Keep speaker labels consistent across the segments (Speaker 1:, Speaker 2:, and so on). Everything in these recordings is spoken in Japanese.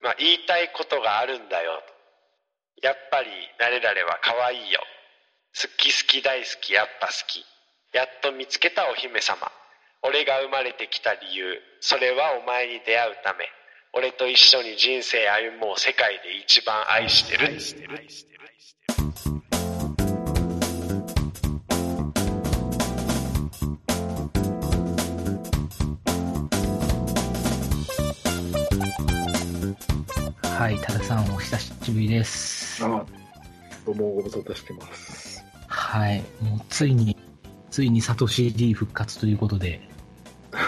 Speaker 1: まあ、言いたいことがあるんだよとやっぱり誰々は可愛いよ好き好き大好きやっぱ好きやっと見つけたお姫様俺が生まれてきた理由それはお前に出会うため俺と一緒に人生歩もう世界で一番愛してる
Speaker 2: はい、多田さん、お久しぶりです。
Speaker 3: あどうもご無沙汰してます。
Speaker 2: はい、もうついに、ついにサトシ D 復活ということで、
Speaker 3: は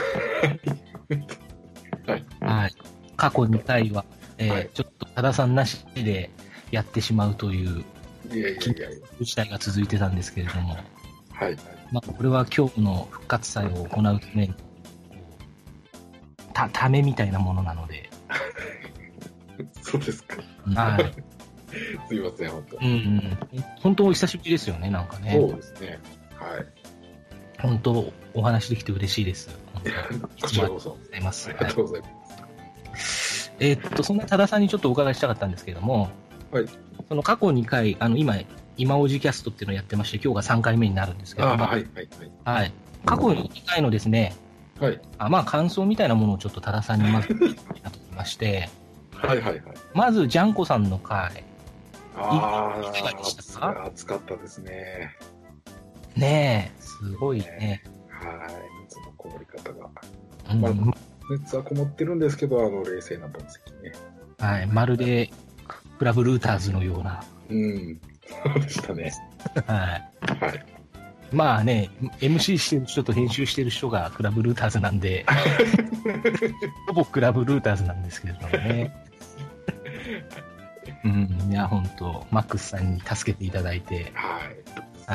Speaker 3: い。
Speaker 2: はい、過去2回は、えー
Speaker 3: はい
Speaker 2: ちょっと多田さんなしでやってしまうという
Speaker 3: い やいやいや
Speaker 2: 事態が続いてたんですけれども、
Speaker 3: はい。
Speaker 2: まあ、これは今日の復活祭を行うために、た、ためみたいなものなの で、
Speaker 3: そうですか。
Speaker 2: はい、
Speaker 3: すいません、本当
Speaker 2: うん、うん、本当お久しぶりですよね、なんかね。
Speaker 3: そうですね。はい。
Speaker 2: 本当お話できて嬉しいです。本当に
Speaker 3: こちらこそ。
Speaker 2: ございます。
Speaker 3: あり
Speaker 2: は
Speaker 3: が
Speaker 2: い
Speaker 3: とうございま
Speaker 2: えーっと、そんな多田さんにちょっとお伺いしたかったんですけれども、
Speaker 3: はい
Speaker 2: その過去2回、あの今、今おじキャストっていうのをやってまして、今日が3回目になるんです
Speaker 3: す。
Speaker 2: けれど
Speaker 3: あ
Speaker 2: も、
Speaker 3: はい、はい、はい。
Speaker 2: はい過去2回のですね、
Speaker 3: はい、
Speaker 2: あまあ感想みたいなものをちょっと多田さんにまず聞きたいなと思いまして、
Speaker 3: はい、はい。はい
Speaker 2: まず、ジャンコさんの回、
Speaker 3: あ
Speaker 2: いかがでしたか
Speaker 3: あ、暑かったですね。
Speaker 2: ねえ、すごいね。
Speaker 3: はい。熱のこもり方が。
Speaker 2: うん
Speaker 3: ま熱はこもってるんですけど、あの、冷静な分析ね。
Speaker 2: はい、まるで、クラブルーターズのような。
Speaker 3: うん。そうでしたね。
Speaker 2: はい
Speaker 3: はい。
Speaker 2: まあね、MC してる人と編集してる人がクラブルーターズなんで、ほぼクラブルーターズなんですけれどもね。うん、いや、本当マックスさんに助けていただいて、
Speaker 3: は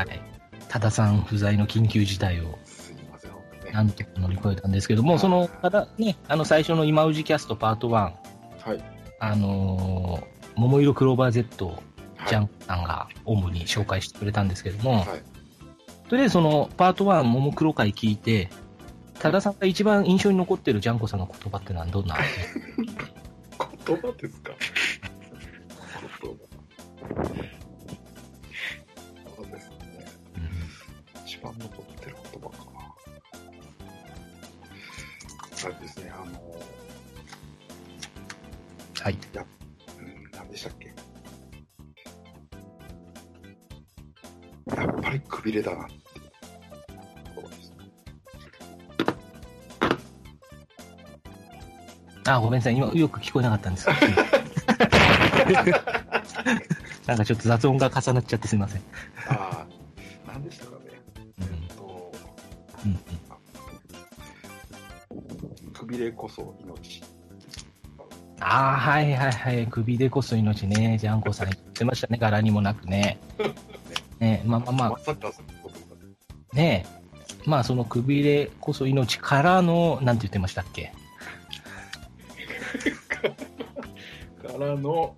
Speaker 3: い。
Speaker 2: はい。多田さん不在の緊急事態を、
Speaker 3: すいません、本当ね。
Speaker 2: なんとか乗り越えたんですけども、その、ただね、あの、最初の今氏キャストパート1、
Speaker 3: はい。
Speaker 2: あのー桃色クローバー Z を
Speaker 3: はい
Speaker 2: ジャンプさんが主に紹介してくれたんですけども、
Speaker 3: はい。
Speaker 2: とりあえずそのパート1、ももクロ会聞いて、多田さんが一番印象に残ってるジャンコさんの言葉ってのはどんな
Speaker 3: 言葉ですか言葉。そうですね。一番残ってる言葉かな。あれですね、あの、
Speaker 2: はい。
Speaker 3: うん、何でしたっけ。やっぱりくびれだなっていう言葉ですね。
Speaker 2: あ、ごめんなさい。今、よく聞こえなかったん ですけ ど。なんかちょっと雑音が重なっちゃってすいません。
Speaker 3: ああ、何でしたかね。
Speaker 2: う
Speaker 3: え
Speaker 2: ん
Speaker 3: っと、
Speaker 2: うんうん
Speaker 3: くびれこそ命。
Speaker 2: ああ、はいはいはい。首でこそ命ね。ジャンコさん言ってましたね。柄にもなく ね。ねまあまあま
Speaker 3: まさかその言葉で
Speaker 2: あ、ねまあそのくびれこそ命からの、なんて言ってましたっけ
Speaker 3: からの、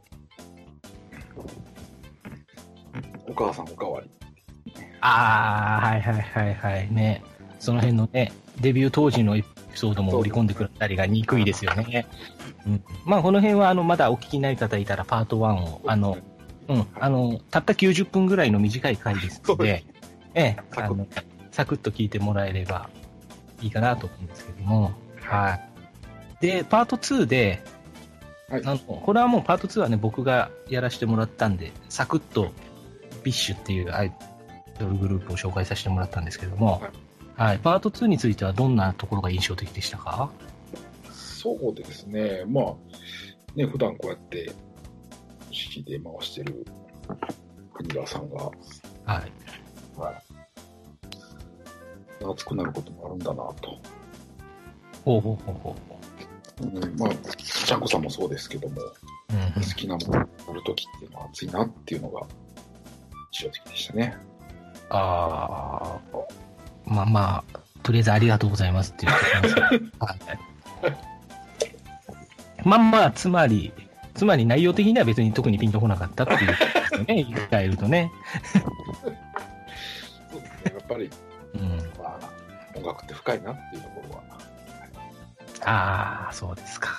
Speaker 3: お母さんおかわり。
Speaker 2: ああ、はいはいはいはい。ね。その辺のね、デビュー当時のエピソードも織り込んでくるあたりが憎いですよね。うん、まあ、この辺は、あの、まだお聞きになりた方いたら、パート1を、あの、うん、あの、たった90分ぐらいの短い回ですので、ええ、あの、サクッと聞いてもらえればいいかなと思うんですけども、はい。で、パート2で、
Speaker 3: はい
Speaker 2: あの、これはもうパート2はね、僕がやらせてもらったんで、サクッと、ビッシュっていうアイドルグループを紹介させてもらったんですけども、はい、パート2についてはどんなところが印象的でしたか
Speaker 3: そうですね、まあ、ね、普段こうやって、式で回してる国川さんが、
Speaker 2: はい。
Speaker 3: はい、熱くなることもあるんだなと。
Speaker 2: ほうほうほうほ
Speaker 3: うん、まあ、ちゃんこさんもそうですけども、
Speaker 2: う。うんうん
Speaker 3: 好きなものをやるときっていうのは熱いなっていうのが、印象的でしたね。
Speaker 2: ああ、まあまあ、とりあえずありがとうございますっていうことなんですけ どはい。まあまあ、つまり、つまり内容的には別に特にピンとこなかったっていうことですよね、言い換えるとね。
Speaker 3: そうですね、やっぱり、
Speaker 2: うん。
Speaker 3: まあ、音楽って深いなっていうところは、
Speaker 2: ああ、そうですか。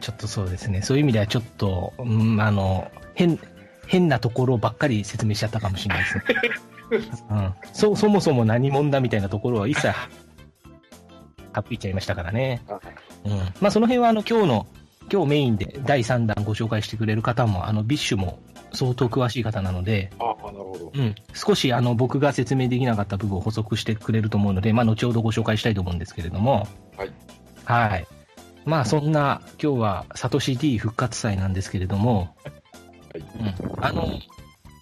Speaker 2: ちょっとそうですね。そういう意味ではちょっと、うん、あの、変、変なところばっかり説明しちゃったかもしれないですね。うん、そそもそも何者だみたいなところは一切、はっぴいちゃいましたからね。
Speaker 3: はい
Speaker 2: うん。まあその辺はあの今日の、今日メインで第3弾ご紹介してくれる方も、あのビッシュも相当詳しい方なので、
Speaker 3: ああ、なるほど。
Speaker 2: うん、少しあの僕が説明できなかった部分を補足してくれると思うので、まあ、後ほどご紹介したいと思うんですけれども、
Speaker 3: はい
Speaker 2: はいまあ、そんな今日はサトシ D 復活祭なんですけれども、
Speaker 3: はい。
Speaker 2: うん、あの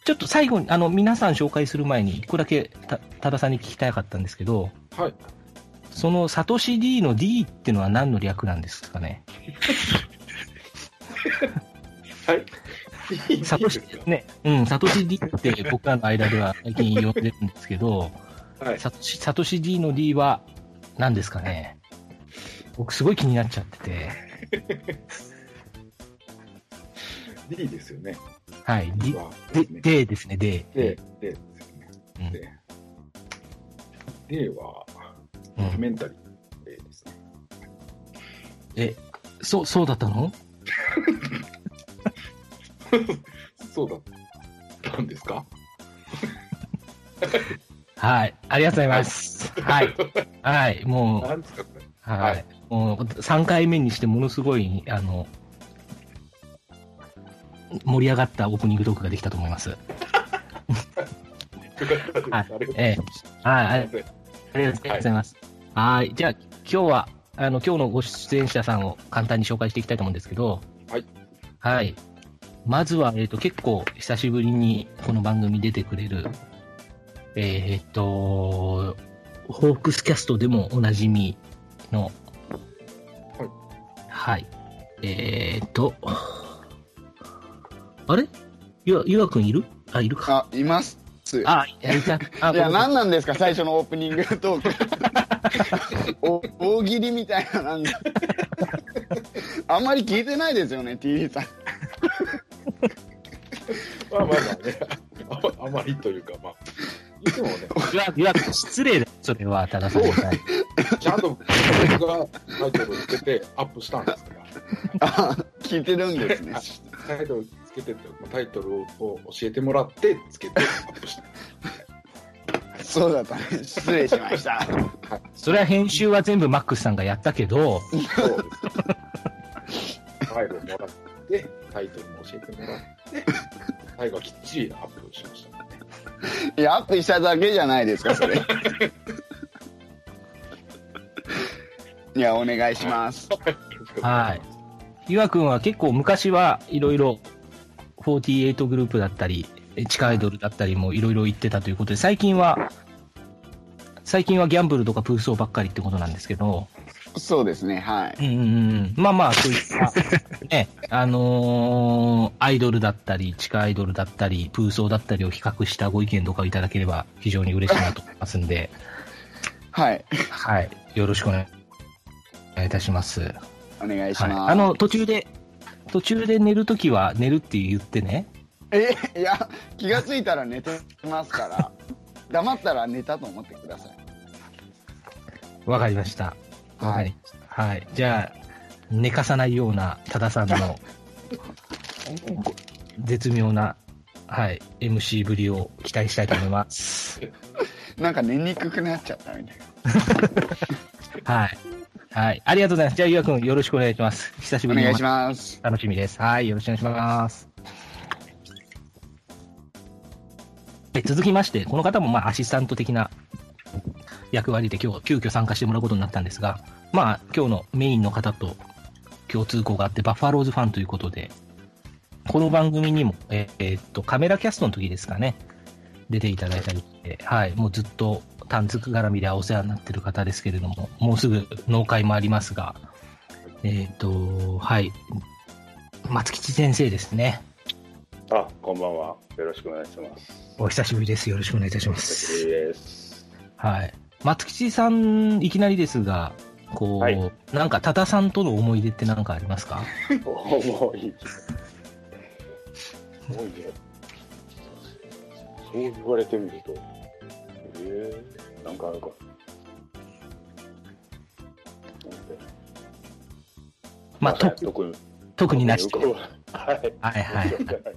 Speaker 2: ちょっと最後にあの皆さん紹介する前に、これだけた多田さんに聞きたかったんですけど、
Speaker 3: はい。
Speaker 2: そのサトシ D の D っていうのは何の略なんですかね、
Speaker 3: はい。
Speaker 2: サトシ
Speaker 3: いいですか
Speaker 2: ねうん、サトシ D って僕らの間では最近呼んでるんですけど、
Speaker 3: はい。
Speaker 2: サトシサトシ D の D は何ですかね僕すごい気になっちゃってて、
Speaker 3: D ですよね。
Speaker 2: はい、D
Speaker 3: は
Speaker 2: で
Speaker 3: ね。
Speaker 2: D ですね、D。
Speaker 3: で、でですよ
Speaker 2: うん
Speaker 3: ね。で、で
Speaker 2: う
Speaker 3: は、ドキュ
Speaker 2: ん、
Speaker 3: メンタリーでですね。
Speaker 2: え、そう、そうだったの
Speaker 3: そうだったんですか
Speaker 2: はい、ありがとうございます。はい、はい、も
Speaker 3: 何ですかこれ
Speaker 2: う、はい、もう3回目にしてものすごい、あの、盛り上がったオープニングトークができたと思います。
Speaker 3: よかったです。ありがとうござ
Speaker 2: え
Speaker 3: い
Speaker 2: えはい、
Speaker 3: ま
Speaker 2: あ
Speaker 3: す
Speaker 2: りありがとうございます。はい、じゃあ、今日は、あの、今日のご出演者さんを簡単に紹介していきたいと思うんですけど、
Speaker 3: はい。
Speaker 2: はい。まずは、えっ、と、結構久しぶりにこの番組出てくれる、えっ、と、ホークスキャストでもおなじみの、
Speaker 3: はい。
Speaker 2: はい。えっ、と、あれゆわ、ゆわくんいるあ、いるか。
Speaker 4: あ、います。
Speaker 2: あ、いやいた。あ、
Speaker 4: い
Speaker 2: ごめん
Speaker 4: や、
Speaker 2: なさ
Speaker 4: 何なんですか、最初のオープニングトーク。 お大喜利みたいな、なんか。あんまり聞いてないですよね、TV さん。
Speaker 3: まあまあまあね、ああまりというか、まあ、いつもね、
Speaker 2: い。ゆわゆわくん失礼だ。それは、たださんに対して。
Speaker 3: ちゃんと僕がタイトルをつけてアップしたんですから。
Speaker 4: あ聞いてるんですね。
Speaker 3: タイトルつけてって、タイトルを教えてもらって、つけてアップした。
Speaker 4: そうだったね。失礼しました。
Speaker 2: それは編集は全部マックスさんがやったけど、
Speaker 3: そうです。ファイルをもらって、タイトルも教えてもらって、最後はきっちりアップしましたね。
Speaker 4: いや、アップしただけじゃないですか、それ。 いや、お願いします。
Speaker 2: はい。岩くんは結構昔はいろいろ48グループだったり、地下アイドルだったりもいろいろ行ってたということで、最近は、最近はギャンブルとかプーソーばっかりってことなんですけど、
Speaker 4: そうですね、はい。
Speaker 2: うんうんうん、まあまあ、そういった、ね、 あのーアイドルだったり、地下アイドルだったり、プーソーだったりを比較したご意見とかをいただければ非常に嬉しいなと思いますんで、
Speaker 4: はい。
Speaker 2: はい。よろしくお願いいたします。
Speaker 4: お願いし
Speaker 2: はい、
Speaker 4: ます。
Speaker 2: あの途中で、途中で寝るときは寝るって言ってね、
Speaker 4: えいや気がついたら寝てますから黙ったら寝たと思ってください
Speaker 2: わかりました。
Speaker 4: はい
Speaker 2: わかりましたはい、じゃあ、寝かさないような多田さん の絶妙な、はい、MC ぶりを期待したいと思い ます。
Speaker 4: なんか寝にくくなっちゃったみたい
Speaker 2: はい。はい。ありがとうございます。じゃあ、ゆうやくん、よろしくお願いします。久しぶ
Speaker 4: なお
Speaker 2: りに
Speaker 4: 願いします
Speaker 2: 楽しみです。はい、よろしくお願いします。で続きまして、この方もまあアシスタント的な役割で今日、急遽参加してもらうことになったんですが、まあ、今日のメインの方と共通項があって、バッファローズファンということで、この番組にも、ええーっと、カメラキャストの時ですかね、出ていただいたりして、はい、もうずっと短冊絡みでお世話になってる方ですけれども、もうすぐ納会もありますが、えーっと、はい、松吉先生ですね。
Speaker 5: あ、こんばんは。よろしくお願いします。
Speaker 2: お久しぶりです。よろしくお願いいたしま
Speaker 5: お久
Speaker 2: す。
Speaker 5: しぶりです。
Speaker 2: はい。松吉さん、いきなりですが、こう、
Speaker 5: はい
Speaker 2: なんか多田さんとの思い出って何かありますか
Speaker 5: 重い。重いね。そう言われてみると。ええなんかあるか。なんでま
Speaker 2: まあ、
Speaker 5: あ
Speaker 2: と、
Speaker 5: 特に、
Speaker 2: 特になし
Speaker 5: よ
Speaker 2: と。
Speaker 5: くははい。
Speaker 2: はいは
Speaker 5: よ
Speaker 2: い。
Speaker 5: くはない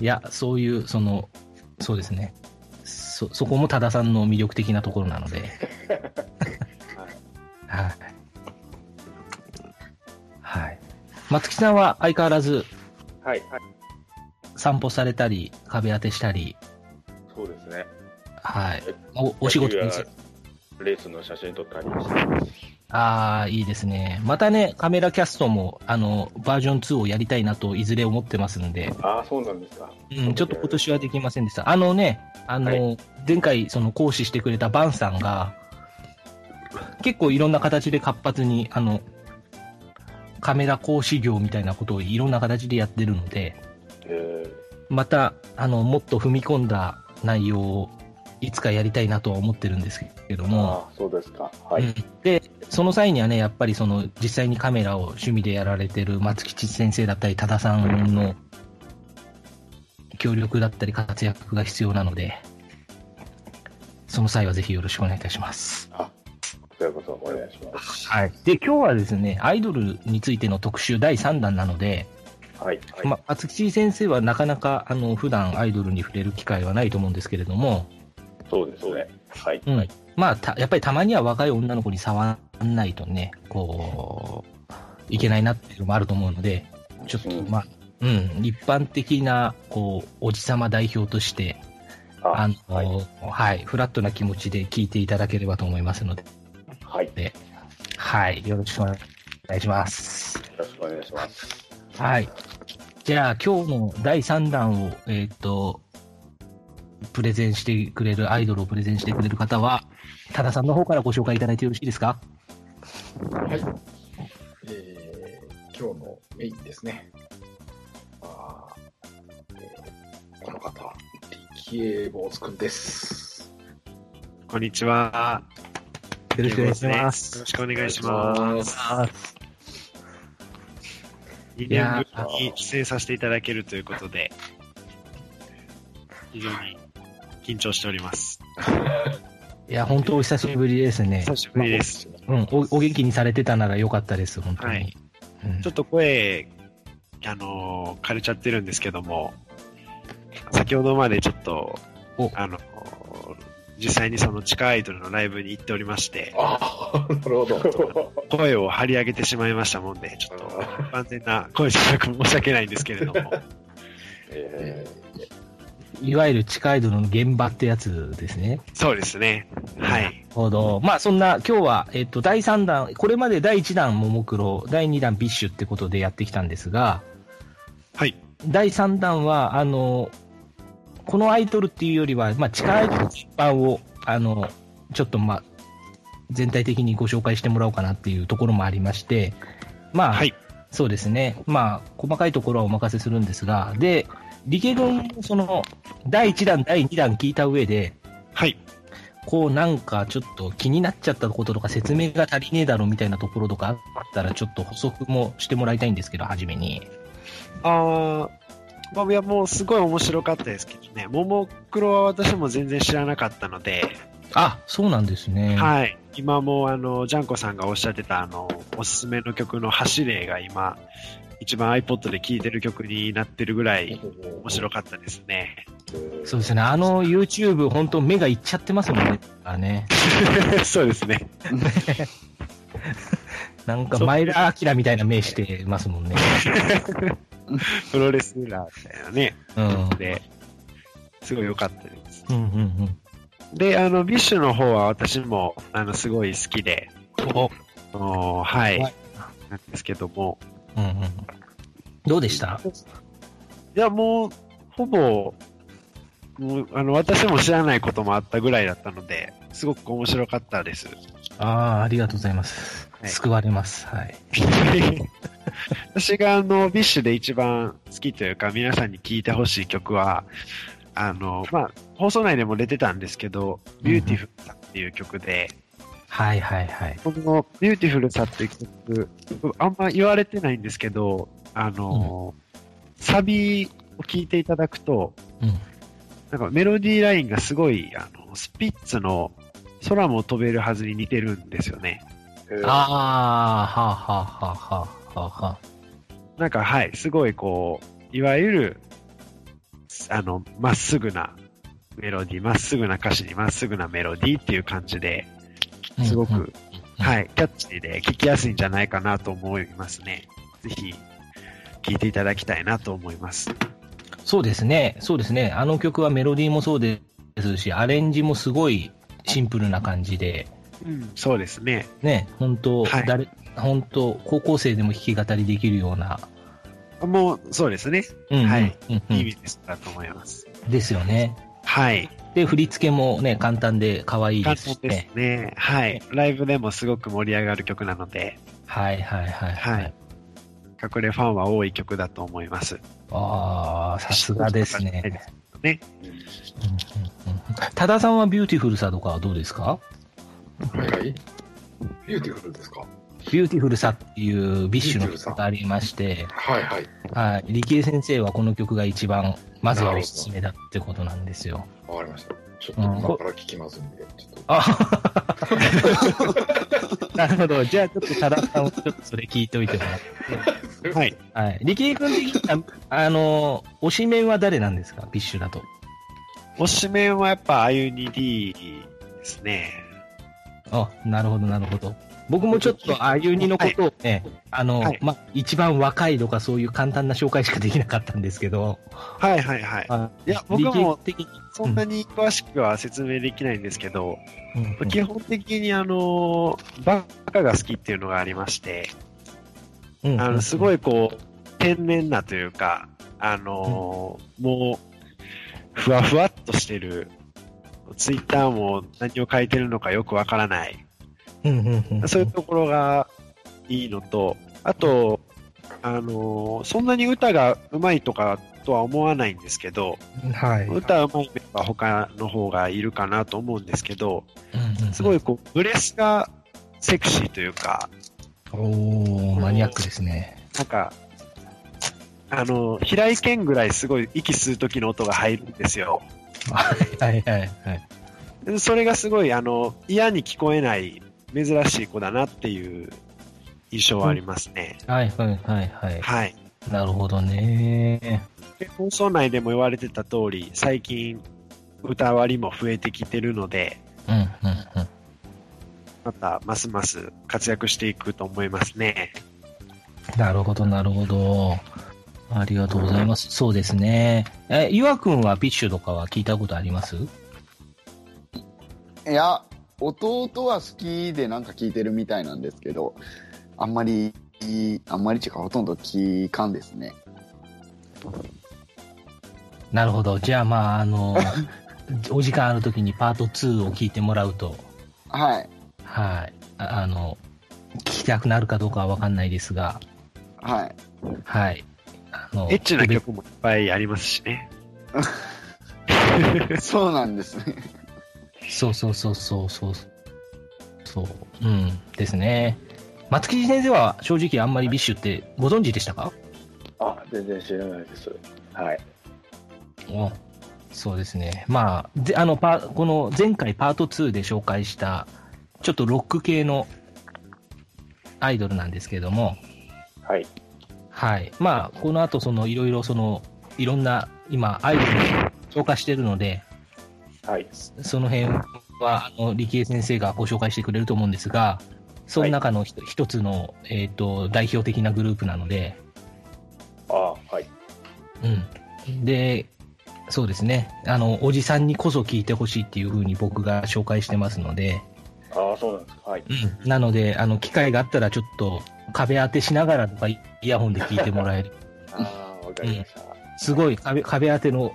Speaker 2: いや、そういう、その、そうですね。そ、そこも多田さんの魅力的なところなので。はい。はい。松木さんは相変わらず
Speaker 5: はい。はい。
Speaker 2: 散歩されたり、壁当てしたり、
Speaker 5: そうですね。
Speaker 2: はい。お、お仕事
Speaker 5: 野
Speaker 2: に
Speaker 5: 球やレースの写真撮ったりしてます。
Speaker 2: ああ、いいですね。またね、カメラキャストも、あの、バージョン2をやりたいなと、いずれ思ってますんで、
Speaker 5: ああ、そうなんですか。
Speaker 2: うん、ちょっと今年はできませんでした。あのね、あの、前回、その、講師してくれたバンさんが、結構いろんな形で活発に、あの、カメラ講師業みたいなことをいろんな形でやってるので、
Speaker 5: え
Speaker 2: また、あの、もっと踏み込んだ内容を、いつかやりたいなとは思ってるんですけど
Speaker 5: ー、
Speaker 2: も、
Speaker 5: ああ、そうですか。はい。
Speaker 2: うんで、その際にはね、やっぱりその実際にカメラを趣味でやられてる松吉先生だったり、多田さんの協力だったり活躍が必要なので、その際はぜひよろしくお願いいたします。
Speaker 5: あ、それこそお願いします。
Speaker 2: はい。で、今日はですね、アイドルについての特集第3弾なので、
Speaker 5: はい。はい。
Speaker 2: ま、松吉先生はなかなか、あの、普段アイドルに触れる機会はないと思うんですけれども、
Speaker 5: そうですね。はい。
Speaker 2: うん、まあた、やっぱりたまには若い女の子に触んないとね、こう、いけないなっていうのもあると思うので、ちょっと、
Speaker 5: うん
Speaker 2: まあ、うん、一般的な、こう、おじさま代表として、あ
Speaker 5: あ
Speaker 2: の、
Speaker 5: は。
Speaker 2: はいい、フラットな気持ちで聞いていただければと思いますので、
Speaker 5: はい。よ
Speaker 2: はい、よろしくお願いします。
Speaker 5: ろしくお願いします。
Speaker 2: はい。じゃあ、今日の第3弾を、えっ、と、プレゼンしてくれる、アイドルをプレゼンしてくれる方は、多田さんの方からご紹介いただいてよろしいですか
Speaker 3: はい。えー、今日のメインですね。あーえーこの方、力恵坊主くんです。
Speaker 6: こんにちは。
Speaker 2: よろしくお願いしま
Speaker 6: よ
Speaker 2: す
Speaker 6: ろ。しくお願いします。2年ぶりに出演させていただけるということで、非常に緊張しております。
Speaker 2: いや、本当お久しぶりですね。
Speaker 6: 久しぶりです。
Speaker 2: うん、おお元気にされてたなら良かったです、本当に。
Speaker 6: はい
Speaker 2: うん
Speaker 6: ちょっと声、あのー枯れちゃってるんですけども、先ほどまでちょっと
Speaker 2: お、
Speaker 6: あのー実際にその地下アイドルのライブに行っておりまして、
Speaker 3: ああ、なるほど。
Speaker 6: 声を張り上げてしまいましたもんで、ちょっと万全な声じゃなく申し訳ないんですけれど も、
Speaker 5: え
Speaker 2: いわゆる地下アイドルの現場ってやつですね。
Speaker 6: そうですね。はい。
Speaker 2: なるほど。まあ、そんな、今日は、えっと、第3弾、これまで第1弾ももクロ、第2弾ビッシュってことでやってきたんですが、
Speaker 6: はい。
Speaker 2: 第3弾は、あの、このアイドルっていうよりは、まあ、地下アイドル一般を、あの、ちょっとまあ、全体的にご紹介してもらおうかなっていうところもありまして、まあ、
Speaker 6: はい。
Speaker 2: そうですね。まあ、細かいところはお任せするんですが、で、理系軍、その、第1弾、第2弾聞いた上で、
Speaker 6: はい。
Speaker 2: こうなんかちょっと気になっちゃったこととか説明が足りねえだろみたいなところとかあったらちょっと補足もしてもらいたいんですけど、初めに。
Speaker 6: あーまあ、いや、もうすごい面白かったですけどね、ももクロは私も全然知らなかったので、
Speaker 2: あ、そうなんですね。
Speaker 6: はい、今もあの、ジャンコさんがおっしゃってた、あの、おすすめの曲の走れが今、一番 iPod で聴いてる曲になってるぐらい面白かったですね。
Speaker 2: そうですね。あの YouTube、本当目がいっちゃってますもんね。だからね
Speaker 6: そうですね。
Speaker 2: なんか前田明みたいな目してますもんね。
Speaker 6: プロレスラーみたいなね。
Speaker 2: うん。
Speaker 6: で、すごい良かったです。
Speaker 2: うんうんうん。
Speaker 6: で、あの、ビッシュの方は私も、あの、すごい好きで、
Speaker 2: お
Speaker 6: あのはい、
Speaker 2: はい
Speaker 6: なんですけども、
Speaker 2: うんうん。どうでした
Speaker 6: いや、もう、ほぼ、もうあの私も知らないこともあったぐらいだったので、すごく面白かった です。
Speaker 2: ああ、ありがとうございます。
Speaker 6: はい
Speaker 2: 救われます。はい。
Speaker 6: 私があの、ビッシュで一番好きというか、皆さんに聴いてほしい曲は、あの、まあ、放送内でも出てたんですけど、ビューティフルさっていう曲で、
Speaker 2: はいはいはい。
Speaker 6: このビューティフルさっていう曲、あんま言われてないんですけど、あの、サビを聴いていただくと、
Speaker 2: うん。
Speaker 6: なんかメロディーラインがすごい、あの、スピッツの空も飛べるはずに似てるんですよね。
Speaker 5: ーえー
Speaker 2: ああ、はあはあはあはあはあはあ。
Speaker 6: なんか、はい、すごいこう、いわゆる、あの、まっすぐなメロディー、まっすぐな歌詞にまっすぐなメロディーっていう感じで、すご
Speaker 2: うんうん
Speaker 6: く、はい、キャッチーで聞きやすいんじゃないかなと思いますね。ぜひ、聞いていただきたいなと思います。
Speaker 2: そうですね、そうですね、あの曲はメロディーもそうですし、アレンジもすごいシンプルな感じで、
Speaker 6: うん、そうですね。
Speaker 2: ね、本当、
Speaker 6: はい
Speaker 2: 誰本当高校生でも弾き語りできるような、
Speaker 6: もう、そうですね。
Speaker 2: うんうん
Speaker 6: はい
Speaker 2: うんうん
Speaker 6: いい意味ですだと思います。
Speaker 2: ですよね。
Speaker 6: はい。
Speaker 2: で、振り付けもね、簡単で可愛いで
Speaker 6: 感
Speaker 2: すし
Speaker 6: じ
Speaker 2: ね。
Speaker 6: ですね。はい。ライブでもすごく盛り上がる曲なので、
Speaker 2: はいはいはいは
Speaker 6: はいい。隠れファンは多い曲だと思います。
Speaker 2: ああ、さすがですね。
Speaker 6: はい
Speaker 2: うんうんうん多田さんはビューティフルさとかはどうですか
Speaker 3: はいはい。ビューティフルですか
Speaker 2: ビューティフルさっていうビッシュの曲がありまして、
Speaker 3: はいはい。
Speaker 2: はい、力江先生はこの曲が一番、まずはおすすめだってことなんですよ。
Speaker 3: わかりました。ちょっと今から聞きますんで、ちょっと。
Speaker 2: あなるほど。じゃあ、ちょっと多田さんをちょっとそれ聞いておいてもらって。
Speaker 6: はい。
Speaker 2: はい。力江君的には、あの、推しメンは誰なんですかビッシュだと。
Speaker 6: 推しメンはやっぱ、あゆに D ですね。
Speaker 2: あ、なるほど、なるほど。僕もちょっと、 あゆにのことをね、あの、
Speaker 6: はい
Speaker 2: ま、一番若いとかそういう簡単な紹介しかできなかったんですけど、
Speaker 6: はいはいはい。
Speaker 2: あ
Speaker 6: いや僕も
Speaker 2: 理系的に、
Speaker 6: そんなに詳しくは説明できないんですけど、
Speaker 2: うんうん
Speaker 6: 基本的にあの、バカが好きっていうのがありまして、
Speaker 2: うん
Speaker 6: あの、すごいこう、天然なというか、あのーもう、ふわふわっとしてる。ツイッターも何を書いてるのかよくわからない。
Speaker 2: うんうんうん
Speaker 6: そういうところがいいのと、あと、あのーそんなに歌が上手いとかとは思わないんですけど、
Speaker 2: はい。うん
Speaker 6: 歌上手いメンバー他の方がいるかなと思うんですけど、
Speaker 2: うん
Speaker 6: すごいこう、ブレスがセクシーというか、
Speaker 2: おーマニアックですね。
Speaker 6: なんか、あの、平井堅ぐらいすごい息吸う時の音が入るんですよ。
Speaker 2: はいはいはい。
Speaker 6: それがすごい、あの、嫌に聞こえない珍しい子だなっていう印象はありますね。
Speaker 2: はいはいはいはい。
Speaker 6: はい。
Speaker 2: なるほどね。
Speaker 6: で放送内でも言われてた通り、最近、歌割りも増えてきてるので、
Speaker 2: うんうんうん。
Speaker 6: また、ますます活躍していくと思いますね。
Speaker 2: なるほどなるほど。ありがとうございます。そうですね。え、ゆわくんはビッシュとかは聞いたことあります
Speaker 4: いや、弟は好きでなんか聞いてるみたいなんですけど、あんまり、あんまりっていうかほとんど聞かんですね。
Speaker 2: なるほど。じゃあまあ、あ の、お時間あるときにパート2を聞いてもらうと、
Speaker 4: はい。
Speaker 2: はい。ああの、聞きたくなるかどうかはわかんないですが、
Speaker 4: はい。
Speaker 2: はい。あの
Speaker 6: エッチな曲もいっぱいありますしね。
Speaker 4: そうなんですね。
Speaker 2: そうそうそうそうそう。そう。うん。ですね。松木先生は正直あんまりビッシュってご存知でしたか
Speaker 5: あ、全然知らないです。はい。
Speaker 2: おそうですね。まあ、であのパ、この前回パート2で紹介した、ちょっとロック系のアイドルなんですけども、
Speaker 5: はい。
Speaker 2: はい。まあ、この後、その、いろいろ、その、いろんな、今、アイドルに紹介してるので、
Speaker 5: はい。
Speaker 2: その辺は、あの、力江先生がご紹介してくれると思うんですが、その中のひと一つの、えっ、と、代表的なグループなので、
Speaker 5: あはい。
Speaker 2: うん。で、そうですね。あの、おじさんにこそ聞いてほしいっていう風に僕が紹介してますので、
Speaker 5: ああ、そうなんですか。はい。
Speaker 2: なので、あの、機会があったらちょっと壁当てしながらとか、イヤホンで聞いてもらえる。
Speaker 5: ああ、わかりました。
Speaker 2: すごい壁壁当ての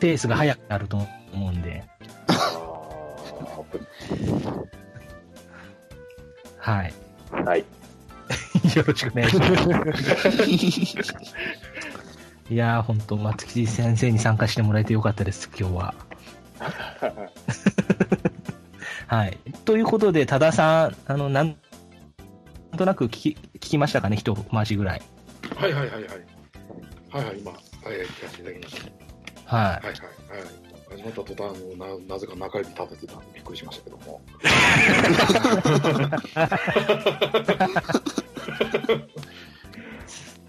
Speaker 2: ペースが速くなると思うんで、
Speaker 5: あ
Speaker 2: はい。
Speaker 5: あ、はい。
Speaker 2: よろしくお願いします。いやー、本当松木先生に参加してもらえてよかったです、今日は。 はい。ということで、多田さん、あの、なんなんとなく聞き聞きましたかね、一回しぐらい。
Speaker 3: はいはいはいはい。はいはい、今、はいはい、聞かせていただきました。
Speaker 2: は
Speaker 3: はいはいはい。始まった途端、ななぜか中指立ててたんでびっくりしましたけども。
Speaker 2: い。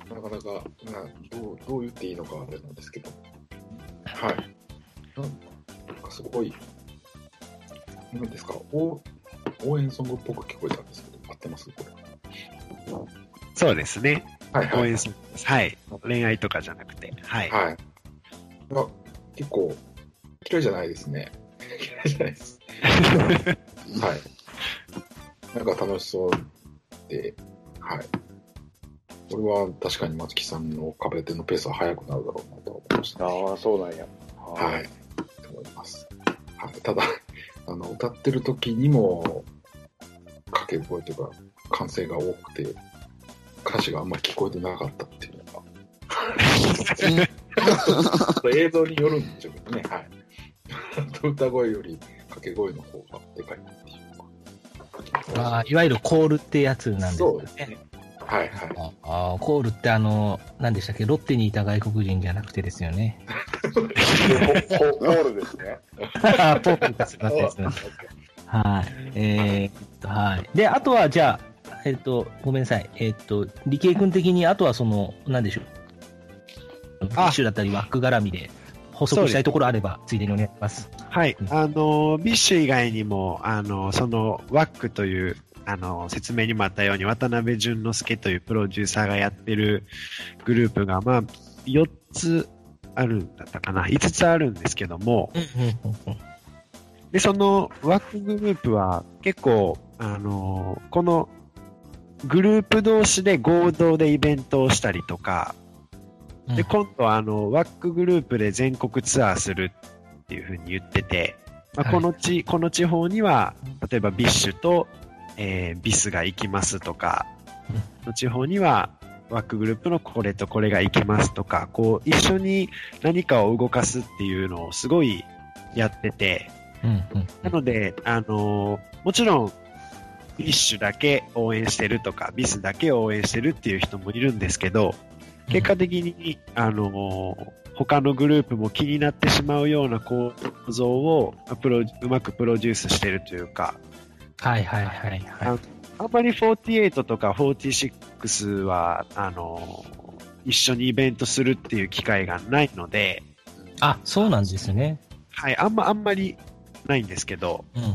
Speaker 3: なかなか、などう、どう言っていいのかあれなんですけど。はい。なんなんかすごい、なんですか、応応援ソングっぽく聞こえたんですけど、合ってますこれ。
Speaker 6: そうですね。
Speaker 3: はい
Speaker 6: 応
Speaker 3: はい。
Speaker 6: 援するんです。はい。恋愛とかじゃなくて。はい。
Speaker 3: はい。いや、結構、嫌いじゃないです ね。嫌いじゃないです。はい。なんか楽しそうで、はい。俺は確かに松木さんの壁手のペースは速くなるだろうなとは思いました。
Speaker 5: ああ、そうなんや。。
Speaker 3: はいい、と思います。はい、ただ、あの歌ってる時にも掛け声というか歓声が多くて、歌詞があんまり聞こえてなかったっていうの が、ちょっと映像によるんでしょうけどね、はい。歌声より掛け声の方がでかいっていうか。
Speaker 2: まあ、いわゆるコールってやつなんです
Speaker 3: そう
Speaker 2: よ
Speaker 3: です
Speaker 2: ね
Speaker 3: ね。。はいはい。
Speaker 2: ああーコールってあの、何でしたっけ、ロッテにいた外国人じゃなくてですよね。
Speaker 5: ホホールですね。
Speaker 2: ポールがすいませんすいませんはい。えーっと、はい。で、あとは、じゃあ、えっと、ごめんなさい。えっと、理系君的に、あとはその、なんでしょう。
Speaker 6: あ
Speaker 2: ッシュだったり、ワック絡みで補足したいところあれば、ついでにお願いします。
Speaker 6: はい。あの、ビッシュ以外にも、あの、その、ワックという、あの、説明にもあったように、渡辺淳之介というプロデューサーがやってるグループが、まあ、4つあるんだったかな。5つあるんですけども、で、そのワークグループは結構、あのーこのグループ同士で合同でイベントをしたりとか、
Speaker 2: う
Speaker 6: で、
Speaker 2: ん
Speaker 6: 今度はあの、ワックグループで全国ツアーするっていうふうに言ってて、まあ、
Speaker 2: はい
Speaker 6: この地、この地方には、例えばビッシュと、えービスが行きますとか、の地方には、ワックグループのこれとこれが行きますとか、こう、一緒に何かを動かすっていうのをすごいやってて、
Speaker 2: うんうん
Speaker 6: なので、あのーもちろん、ビッシュだけ応援してるとか、ビスだけ応援してるっていう人もいるんですけど、結果的に、あのー他のグループも気になってしまうような構造をプロうまくプロデュースしてるというか、
Speaker 2: はいはいはいはい。
Speaker 6: あんまり48とか46は、あのー一緒にイベントするっていう機会がないので、
Speaker 2: あ、そうなんですね。
Speaker 6: はい、あんま、あんまりないんですけど、
Speaker 2: うんう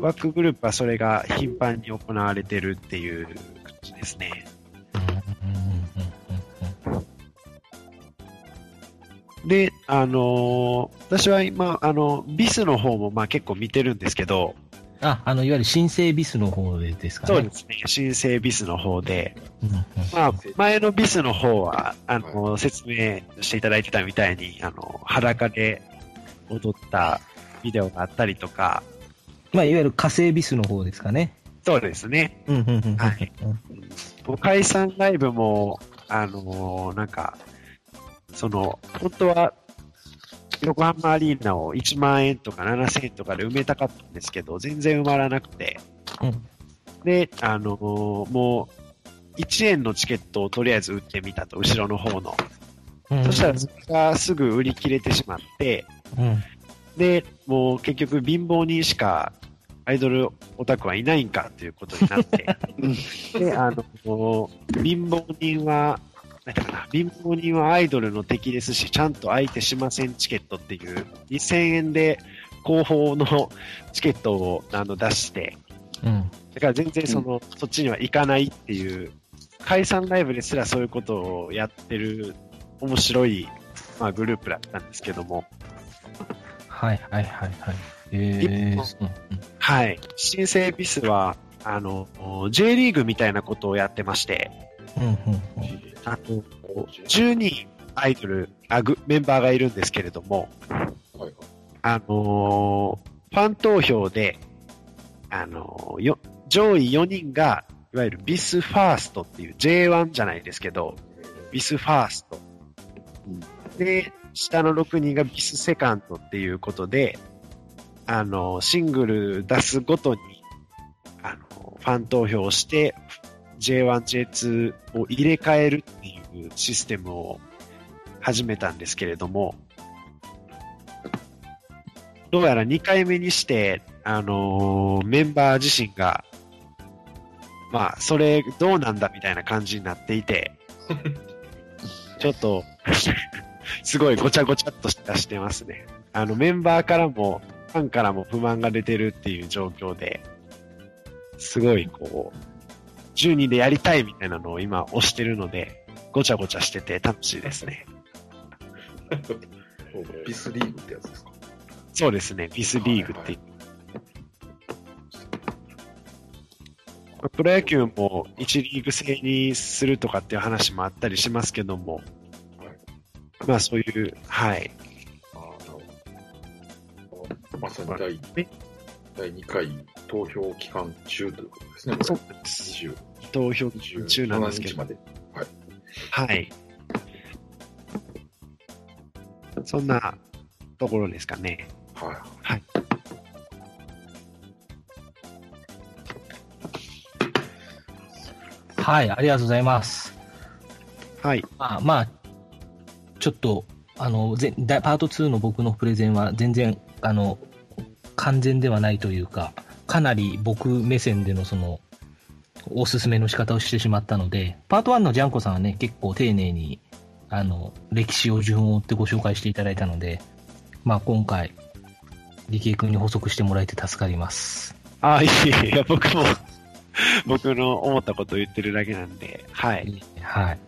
Speaker 2: ん。
Speaker 6: ワークグループはそれが頻繁に行われてるっていう感じですね。で、あのー私は今、あの、ビスの方もまあ結構見てるんですけど、
Speaker 2: あ、あの、いわゆる新生ビスの方でですかね。
Speaker 6: そうですね、新生ビスの方で、
Speaker 2: うんうん。
Speaker 6: まあ、前のビスの方は、あの、説明していただいてたみたいに、あの、裸で踊ったビデオがあったりとか、
Speaker 2: まあ、いわゆる火星ビスの方ですかね。
Speaker 6: そうですね、
Speaker 2: うんうんうん。
Speaker 6: はい。もう解散ライブも、あのーなんか、その、本当は、横浜アリーナを1万円とか7000円とかで埋めたかったんですけど、全然埋まらなくて。
Speaker 2: うん
Speaker 6: で、あのーもう、1円のチケットをとりあえず売ってみたと、後ろの方の。
Speaker 2: うん
Speaker 6: そしたら、それがすぐ売り切れてしまって、
Speaker 2: うん。
Speaker 6: で、もう結局貧乏人しかアイドルオタクはいないんかということになって、で、あの、貧乏人は、なんだかな、貧乏人はアイドルの敵ですし、ちゃんと相手しませんチケットっていう、2000円で後方のチケットをあの出して、
Speaker 2: うん。
Speaker 6: だから全然その、そっちには行かないっていう、解散ライブですらそういうことをやってる面白い、まあ、グループだったんですけども、
Speaker 2: はいはいはいはい。えー、そう
Speaker 6: はい。新生ビスは、あの、J リーグみたいなことをやってまして、
Speaker 2: うんうんうん。
Speaker 6: あと、10人アイドル、あぐメンバーがいるんですけれども、
Speaker 3: はいはい
Speaker 6: あのーファン投票で、あのーよ上位4人が、いわゆるビスファーストっていう J1 じゃないですけど、ビスファースト。で、下の6人がビスセカンドっていうことで、あのーシングル出すごとに、あのーファン投票をして、J1、J2 を入れ替えるっていうシステムを始めたんですけれども、どうやら2回目にして、あのーメンバー自身が、まあ、それどうなんだみたいな感じになっていて、ちょっと、すごいごちゃごちゃっとしたしてますね。あの、メンバーからも、ファンからも不満が出てるっていう状況で、すごいこう、10人でやりたいみたいなのを今押してるので、ごちゃごちゃしてて楽しいですね。
Speaker 3: ビスリーグってやつですか。
Speaker 6: そうですね、ビスリーグっていう。プロ野球も1リーグ制にするとかっていう話もあったりしますけども、まあそういう、はい、
Speaker 3: ああ、なるほど。まさに第第2回投票期間中ということですね。こ
Speaker 6: そう
Speaker 3: れ
Speaker 6: なんです。
Speaker 3: 20
Speaker 6: 投票中なんです
Speaker 3: 27
Speaker 6: け
Speaker 3: 日
Speaker 6: ど
Speaker 3: ま、で。
Speaker 6: はい。そんなところですかね。
Speaker 3: はい。
Speaker 6: はい。
Speaker 2: はい、ありがとうございます。
Speaker 6: はい。
Speaker 2: まあ、まあ、ちょっと、あの、ぜだパート2の僕のプレゼンは全然、あの、完全ではないというか、かなり僕目線でのその、おすすめの仕方をしてしまったので、パート1のジャンコさんはね、結構丁寧に、あの、歴史を順を追ってご紹介していただいたので、まあ今回、理系君に補足してもらえて助かります。
Speaker 6: ああ、いえいえ、いや、僕も、僕の思ったことを言ってるだけなんで、はい。
Speaker 2: はい。